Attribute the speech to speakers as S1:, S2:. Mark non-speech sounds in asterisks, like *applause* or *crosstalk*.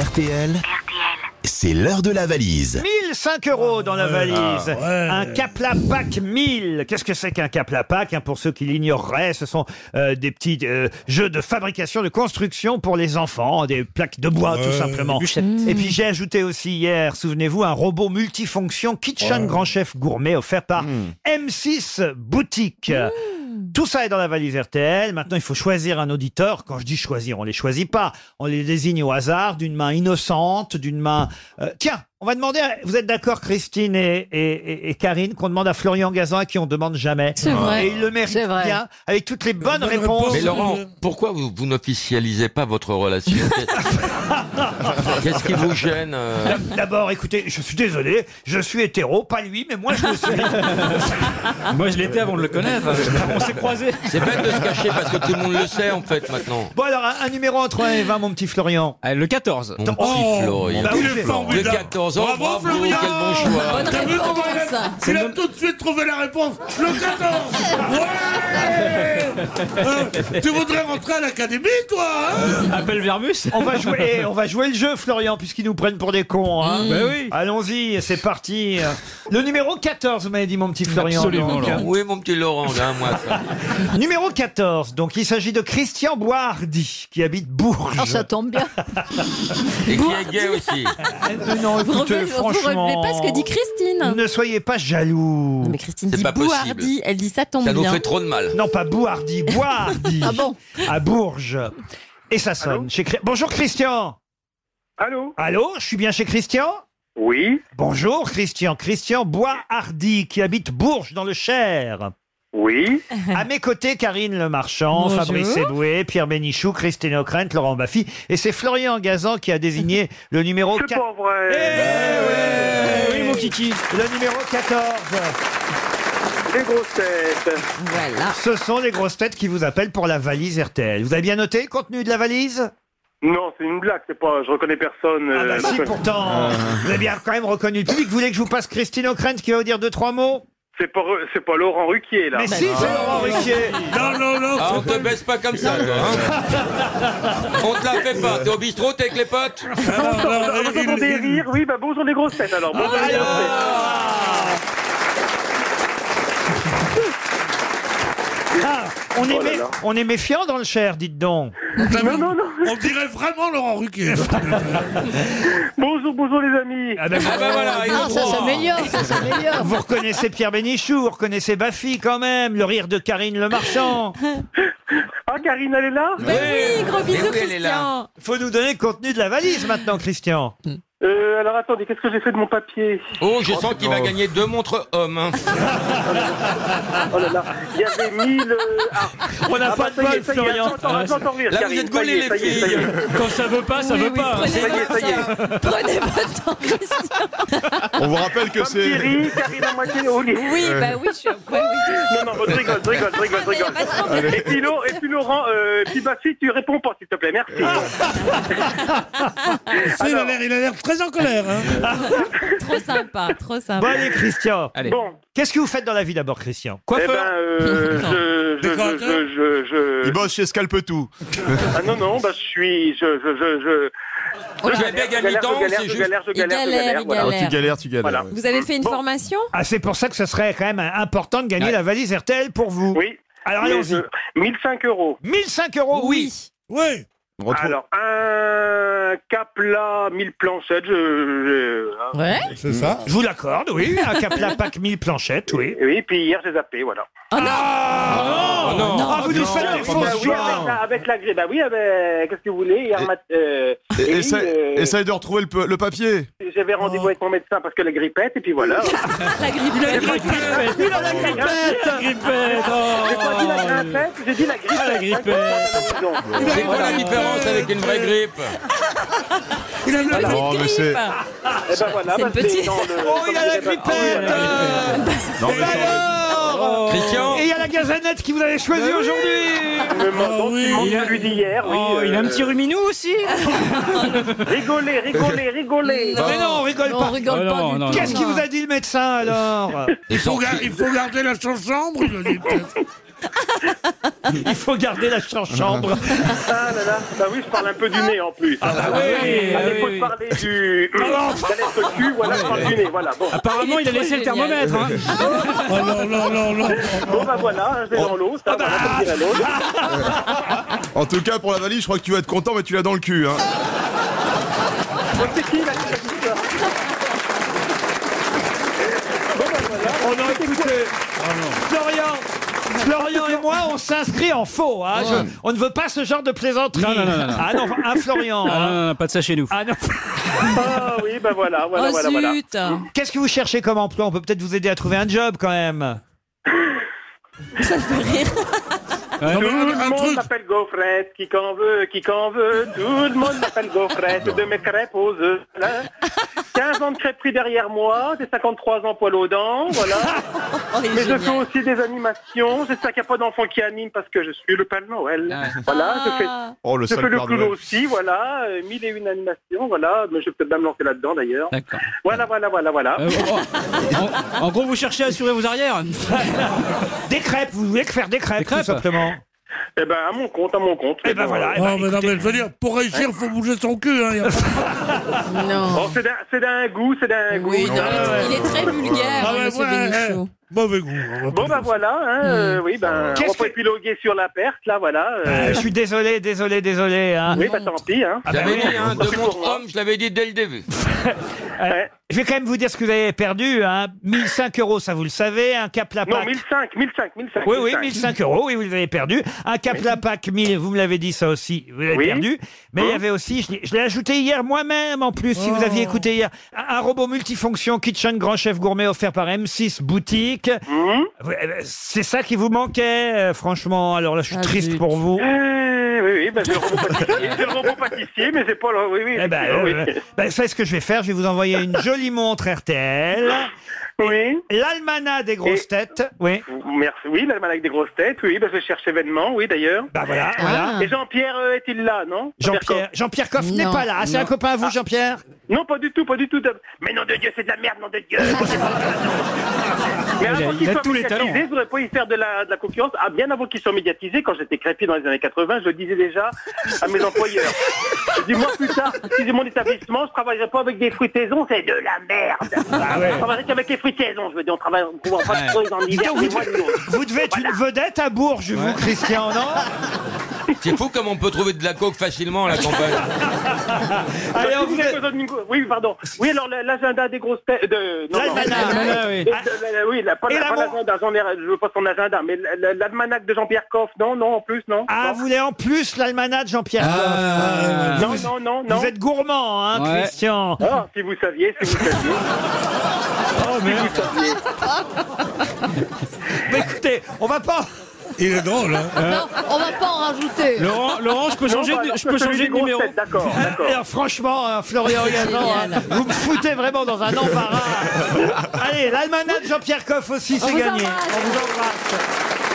S1: RTL, c'est l'heure de la valise.
S2: 1005 euros dans la valise. Un caplapac 1000. Qu'est-ce que c'est qu'un caplapac hein, Pour ceux qui l'ignoreraient, ce sont euh, des petits euh, jeux de fabrication, de construction pour les enfants, hein, des plaques de bois tout simplement. Et puis j'ai ajouté aussi hier, souvenez-vous, un robot multifonction Kitchen Grand Chef Gourmet offert par M6 Boutique. Tout ça est dans la valise RTL. Maintenant, il faut choisir un auditeur. Quand je dis choisir, on les choisit pas. On les désigne au hasard, d'une main innocente, d'une main. euh, tiens, on va demander. à- Vous êtes d'accord, Christine et, et- et- et Karine, qu'on demande à Florian Gazan à qui on demande jamais.
S3: C'est vrai.
S2: Et il le mérite
S3: C'est vrai.
S2: bien, avec toutes les bonnes
S4: bonne
S2: réponses.
S4: réponse.
S5: Mais Laurent, pourquoi vous, vous n'officialisez pas votre relation Qu'est-ce qui vous gêne euh
S2: D'abord, écoutez, je suis désolé, je suis hétéro, pas lui, mais moi je le suis.
S4: *laughs*
S6: Moi, je l'étais avant de le connaître. On s'est croisés.
S5: C'est bête de se cacher parce que tout le monde le sait en fait maintenant.
S2: Bon alors, un, un numéro entre 1 et 20, mon petit Florian.
S6: le 14.
S5: Mon
S4: Oh,
S5: petit Florian.
S2: bah oui,
S4: Il est
S5: De
S4: formidable.
S5: 14 ans, bravo,
S4: Bravo, Florian
S5: quel bon choix.
S3: Bonne
S4: T'as vu
S3: réponse.
S4: comment il a, il a tout de suite trouvé la réponse Le 14 Ouais Euh, Tu voudrais rentrer à l'académie, toi hein
S6: Appel Vermus.
S2: On va jouer, eh, on va jouer le jeu, Florian, puisqu'ils nous prennent pour des cons. Hein.
S6: Bah oui.
S2: Allons-y, c'est parti. Le numéro 14, vous m'avez dit, mon petit Florian.
S6: Absolument,
S2: donc.
S6: Laurent.
S5: Oui, mon petit Laurent, hein, moi. ça.
S2: Numéro 14, donc il s'agit de Christian Boardi, qui habite Bourges.
S3: Ah, ça tombe bien.
S5: Et qui est gay aussi.
S2: Euh, non,
S3: Vous
S2: écoute,
S3: relevez,
S2: euh,
S3: vous relevez
S2: franchement,
S3: pas ce que dit Christine.
S2: Ne soyez pas jaloux.
S3: Non, mais Christine
S5: C'est
S3: dit
S5: pas possible.
S3: Bouhardi. Elle dit ça tombe
S5: Ça nous
S3: bien.
S5: fait trop de mal.
S2: Non, pas Boardi, Boardi.
S3: Ah bon
S2: À Bourges. Et ça sonne. chez Chri- Bonjour Christian.
S7: Allô
S2: Allô, je suis bien chez Christian
S7: Oui,
S2: Bonjour Christian, Christian Boishardy qui habite Bourges dans le Cher.
S7: oui,
S2: À mes côtés, Karine Le Marchand,
S3: Bonjour.
S2: Fabrice Eboué, Pierre Bénichou, Christine O'Krent, Laurent Baffy. Et c'est Florian Gazan qui a désigné le numéro
S7: c'est
S2: 14.
S7: pas vrai.
S6: Oui, mon kiki.
S2: Le numéro 14.
S7: Les grosses têtes.
S3: Voilà.
S2: Ce sont les grosses têtes qui vous appellent pour la valise RTL. Vous avez bien noté le contenu de la valise
S7: Non, c'est une blague, c'est pas. Je reconnais personne.
S2: Ah
S7: euh,
S2: bah si,
S7: *laughs* non,
S2: pourtant. Vous avez bien quand même reconnu le public. Vous voulez que je vous passe Christine O'Krent qui va vous dire deux, trois mots
S7: c'est pas, c'est pas Laurent Ruquier là.
S2: Mais si, c'est Laurent Ruquier.
S4: Non, non, non
S5: Ah, on te baisse pas comme ça, toi. Hein on te la fait pas. T'es au bistrot, t'es avec les potes
S4: non, non,
S7: Ah,
S4: il-
S7: bonjour des
S4: il-
S7: rires, oui, bah bonjour les grosses têtes alors. Bonjour les grosses têtes.
S2: Ah, on, est
S7: Oh là
S2: mé-
S7: là.
S2: on est méfiant dans le Cher, dites donc.
S7: Non, non, non.
S4: On dirait vraiment Laurent Ruquier.
S7: Bonjour, bonjour les amis.
S2: Ah ben,
S5: Ah ben voilà, ils
S3: Ah,
S5: ont
S3: ça
S5: trois.
S3: s'améliore, ça s'améliore.
S2: vous reconnaissez Pierre Bénichou, vous reconnaissez Baffy quand même, le rire de Karine Le Marchand.
S7: Ah, Karine, elle est là
S3: Ben oui, gros
S5: Mais
S3: bisous,
S5: oui, elle est là.
S3: Christian.
S2: Faut nous donner le contenu de la valise maintenant, Christian.
S7: euh, Alors attendez, qu'est-ce que j'ai fait de mon papier
S5: Oh, je sens qu'il va gagner deux montres hommes. hein.
S7: Oh là là. Il y avait 1000. euh, Ah,
S2: Ah. On n'a
S7: ah,
S2: pas
S7: bah,
S2: de
S7: ça y est,
S2: bol,
S7: ça y est,
S2: Florian.
S7: attends, attends, attends, rire,
S5: Là, vous
S7: Karine,
S5: êtes
S7: ça y
S5: gaulés,
S7: est, ça y
S5: les
S7: est, ça y est.
S5: filles.
S6: Quand ça veut pas, ça
S3: Oui,
S6: veut
S3: oui,
S6: pas.
S3: prenez
S7: Ça y est,
S3: votre
S7: ça y est.
S3: temps. Prenez votre temps, Christian.
S8: On vous rappelle que
S7: Comme Thierry, Karine à moitié au lit.
S3: Oui, bah oui, je suis. ouais, oui.
S7: Non, non, je rigole, je rigole, je rigole, je rigole. Et puis, Lo- et puis Laurent, euh, puis Baffi, tu réponds pas, s'il te plaît, merci.
S8: Ah.
S7: *laughs*
S4: Ça, il a l'air- il a l'air très en colère. hein.
S3: Trop sympa, trop
S2: Bon
S3: sympa.
S2: allez, Christian.
S6: Allez.
S7: Bon,
S2: Qu'est-ce que vous faites dans la vie d'abord, Christian
S7: eh ben,
S6: Coiffeur.
S7: euh, je, je, je,
S4: Décorateur
S7: je, je, je-
S8: bosse chez Scalpetou.
S7: ah non, non, bah, je suis, je, je, je, je,
S3: Oh là
S5: Tu
S3: là.
S5: es mec à
S7: je galère,
S5: mi-temps,
S7: je galère,
S5: c'est
S7: je
S5: juste.
S7: galère, je
S3: Il
S7: galère, je
S3: galère,
S7: galère,
S3: il
S7: voilà.
S8: Alors tu
S3: galère.
S8: galères, tu galères.
S7: Voilà.
S8: ouais.
S3: Vous avez fait une
S7: Bon.
S3: formation
S2: Ah, c'est pour ça que ce serait quand même important de gagner
S5: Ouais.
S2: la valise RTL pour vous.
S7: Oui,
S2: Alors
S7: mais
S2: allons-y.
S7: je, 1005 euros.
S2: 1005 euros, oui.
S4: Oui.
S8: On retrouve-
S7: Alors, un cap là, 1000 planchettes, je, je, hein.
S3: Ouais.
S4: C'est ça.
S2: Je vous l'accorde, oui. Un capla pack 1000 planchettes, oui.
S7: Et oui, puis hier, j'ai zappé, voilà.
S5: Oh non.
S2: Ah, vous nous faites des
S8: non,
S2: faux
S8: bah
S7: oui, avec,
S2: choix.
S7: la, avec la grille, bah oui, avec, qu'est-ce que vous voulez, hier
S8: Et-
S7: mat- euh,
S8: Et-
S7: et oui,
S8: essaye,
S7: euh,
S8: essaye de retrouver le, pe- le papier.
S7: j'avais rendez-vous avec mon médecin parce que la grippette, et puis voilà.
S3: La grippe.
S2: Il en a qu'un tête.
S7: Ah,
S6: Grippette.
S7: J'ai pas dit la
S6: Oh.
S7: grimpette, j'ai dit la grippette.
S6: Ah, la grippette.
S7: Hein, non, non, non.
S5: C'est quoi la
S4: Voilà.
S5: différence avec une vraie grippe
S4: Il a l'air-
S8: Non, mais c'est-
S3: Ah,
S7: Eh ben voilà,
S3: C'est
S7: bah,
S3: le petit.
S7: dans le-
S2: Oh, Ah il y a la
S7: dans le- Ah
S2: grippette.
S8: Non, mais c'est-
S2: Alors
S5: Christian
S2: Et il y a la gazanette qui vous avez choisi aujourd'hui.
S7: Le menton
S4: oui,
S7: qui manque
S4: il a-
S7: celui d'hier, oui. euh,
S6: Oh, il a un petit ruminou aussi.
S7: Rigolez, rigolez,
S3: *laughs*
S7: rigolez.
S2: Mais Ah, non, on rigole
S3: Non,
S2: pas.
S3: on rigole
S6: Oh
S3: pas
S6: non,
S3: du
S6: non,
S3: tout.
S2: Qu'est-ce qu'il vous a dit le médecin alors
S4: Il faut, gar- il faut garder la chambre. je dis.
S2: Il faut garder la ch- en *laughs* chambre.
S7: Ah là là, bah oui, je parle un peu du nez en plus. Ah
S6: bah oui,
S7: Allez,
S6: oui,
S7: faut
S6: oui.
S7: parler du. de la lettre Q, voilà, je parle du nez, voilà. Bon,
S3: Ah,
S6: Apparemment, il a laissé le thermomètre. hein.
S4: Oh non, non, non, non.
S7: bon bah voilà, je vais
S8: Oh.
S7: dans l'eau, ça, voilà, comme dirait l'autre.
S8: En tout cas, pour la valise, je crois que tu vas être content, mais tu l'as dans le cul. Hein.
S7: Bon, c'est qui là qui a dit ça
S2: On a écouté. Florian Florian et moi, on s'inscrit en faux. hein. Je- on ne veut pas ce genre de plaisanterie.
S6: Non, non, non, non, non.
S2: Ah non, un Florian.
S6: Ah, non,
S2: hein.
S6: non, non, pas de ça chez nous.
S2: Ah non.
S7: Ah oui, bah voilà, voilà,
S3: Oh
S7: voilà, voilà.
S3: zut
S2: Qu'est-ce que vous cherchez comme emploi On peut peut-être vous aider à trouver un job quand même.
S6: Ouais.
S7: Tout
S4: Non, mais un
S7: le monde
S4: truc.
S7: m'appelle Gaufrette, qui qu'en veut, qui qu'en veut, tout le monde m'appelle Gaufrette, de mes crêpes aux œufs. là. 15 ans de crêperie derrière moi, des 53 ans poil aux dents, voilà.
S3: On Oh, est
S7: Mais je
S3: Ah, génial.
S7: fais aussi des animations, j'espère qu'il n'y a pas d'enfants qui animent parce que je suis le Père Noël. Voilà, je fais
S3: Ah.
S8: Oh, le
S7: Je
S8: sale
S7: fais le
S8: Père
S7: clown
S8: Noël.
S7: aussi, voilà, euh, mille et une animations, voilà, mais je vais peut-être même lancer là-dedans d'ailleurs.
S6: D'accord.
S7: Voilà, voilà, voilà, voilà.
S3: Ah.
S6: Euh, oh, en, en gros, vous cherchez à assurer vos arrières.
S2: Des crêpes, vous voulez que faire des crêpes,
S6: Des crêpes.
S2: tout simplement.
S7: Eh ben, à mon compte, à mon compte.
S2: Eh ben voilà. eh
S4: Oh,
S2: ben,
S4: mais non, mais je veux dire, pour réussir, faut bouger son cul. Hein, y a pas-
S3: Non.
S7: Bon, Oh, c'est d'un- c'est d'un goût, c'est d'un goût.
S3: Oui, non,
S7: d'un-
S3: il est très vulgaire, hein,
S4: Ah ouais,
S3: monsieur
S4: ouais,
S3: Bénichou.
S4: eh, mauvais goût. on va
S7: Bon,
S4: pas
S7: ben voilà, hein, euh, oui, ben,
S2: Qu'est-ce
S7: on peut
S2: que-
S7: épiloguer sur la perte, là, voilà. euh,
S2: euh, je suis désolé, désolé, désolé. hein.
S7: oui, ben tant pis, hein.
S5: Je l'avais dit, hein, de mon homme, je l'avais dit dès le début.
S2: Euh, je vais quand même vous dire ce que vous avez perdu. Hein. 1005 euros, ça vous le savez. Un cap la
S7: Non,
S2: Pâque.
S7: 1005, 1005, 1005.
S2: Ah, Oui, oui, 1005 euros, oui, vous l'avez perdu. Un cap la Pâque, 1000, vous me l'avez dit ça aussi, vous l'avez
S7: Oui.
S2: perdu. Mais il y
S7: Hein
S2: avait aussi, je l'ai- je l'ai ajouté hier moi-même en plus, si vous aviez
S3: Oh.
S2: écouté hier, un, un robot multifonction Kitchen Grand Chef Gourmet offert par M6 Boutique.
S7: Mhm.
S2: Ouais, eh ben, C'est ça qui vous manquait, euh, franchement. Alors là, je suis
S3: Ah,
S2: triste
S3: zut.
S2: pour vous.
S7: Euh, oui, oui, ben c'est le robot
S2: *laughs*
S7: pâtissier, c'est le robot pâtissier, mais c'est pas le... Oui, oui,
S2: Eh ben,
S7: *laughs* oui.
S2: euh, ben, c'est ce que je vais faire. Je vais vous envoyer une jolie montre RTL,
S7: oui.
S2: l'almanach des grosses
S7: Et-
S2: têtes. Oui.
S7: Merci, oui, la malade des grosses têtes, oui, ben je cherche événement, oui, d'ailleurs.
S2: Bah voilà, voilà.
S7: Et Jean-Pierre euh, est-il là, non
S2: Jean-Pierre, Jean-Pierre Coff n'est
S3: Non,
S2: pas là. Ah, c'est un copain à vous, Jean-Pierre
S7: Non, pas du tout, pas du tout. de- Mais nom de Dieu, c'est de la merde, nom de Dieu. Mais avant
S6: il
S7: qu'il
S6: a
S7: soit
S6: tous les
S7: médiatisé,
S6: talents.
S7: je voudrais pas y faire de la, de la concurrence. Ah, bien avant qu'il soit médiatisé, quand j'étais crépier dans les années 80, je le disais déjà à mes employeurs. Je dis, moi, plus tard, si j'ai mon établissement, je travaillerai pas avec des fruitaisons, c'est de la merde. Je travaillerai qu'avec les fruitaisons. Je veux dire, on travaille, on trouve pas de choses en hiver, ni mois, ni autre.
S2: Vous devez être une vedette à Bourges, vous, Christian, non
S5: C'est fou comme on peut trouver de la coke facilement à la campagne.
S2: Allez, on
S7: Si vous
S2: vous
S7: avez
S2: est-
S7: besoin d'une go- Oui, pardon. Oui, alors la- l'agenda des grosses têtes. De... non, non.
S2: L'almanach.
S6: Ah, là, oui.
S7: Et de- la- la- Euh, oui, la, pas
S2: Et
S7: la-
S2: la
S7: pas
S2: mon-
S7: l'agenda, j'en ai- je veux pas son agenda, mais la- la- l'almanach de Jean-Pierre Coff, non, non, en plus, non.
S2: Ah,
S7: non.
S2: vous voulez en plus l'almanach de Jean-Pierre
S6: Ah,
S2: Coff
S7: non, non, non, non.
S2: Vous êtes gourmand, hein,
S6: Ouais.
S2: Christian
S7: Ah, si vous saviez,
S6: *laughs*
S7: si vous saviez.
S2: Oh, Mais écoutez, on va pas...
S4: Il est drôle. Hein.
S3: Non, on va pas en rajouter.
S6: Laurent, Laurent, je peux
S7: Non,
S6: changer,
S7: bah,
S6: de,
S7: alors,
S6: je peux
S7: celui
S6: changer
S7: des
S6: de
S7: grosses
S6: numéro.
S7: têtes, D'accord, d'accord.
S2: Alors franchement, hein, Florian
S3: C'est
S2: Gazan,
S3: génial.
S2: hein, vous me foutez vraiment dans un embarras. Allez, l'almanach de Jean-Pierre Coff aussi,
S3: On
S2: c'est
S3: vous
S2: gagné.
S3: embrasse.
S2: On vous embrasse.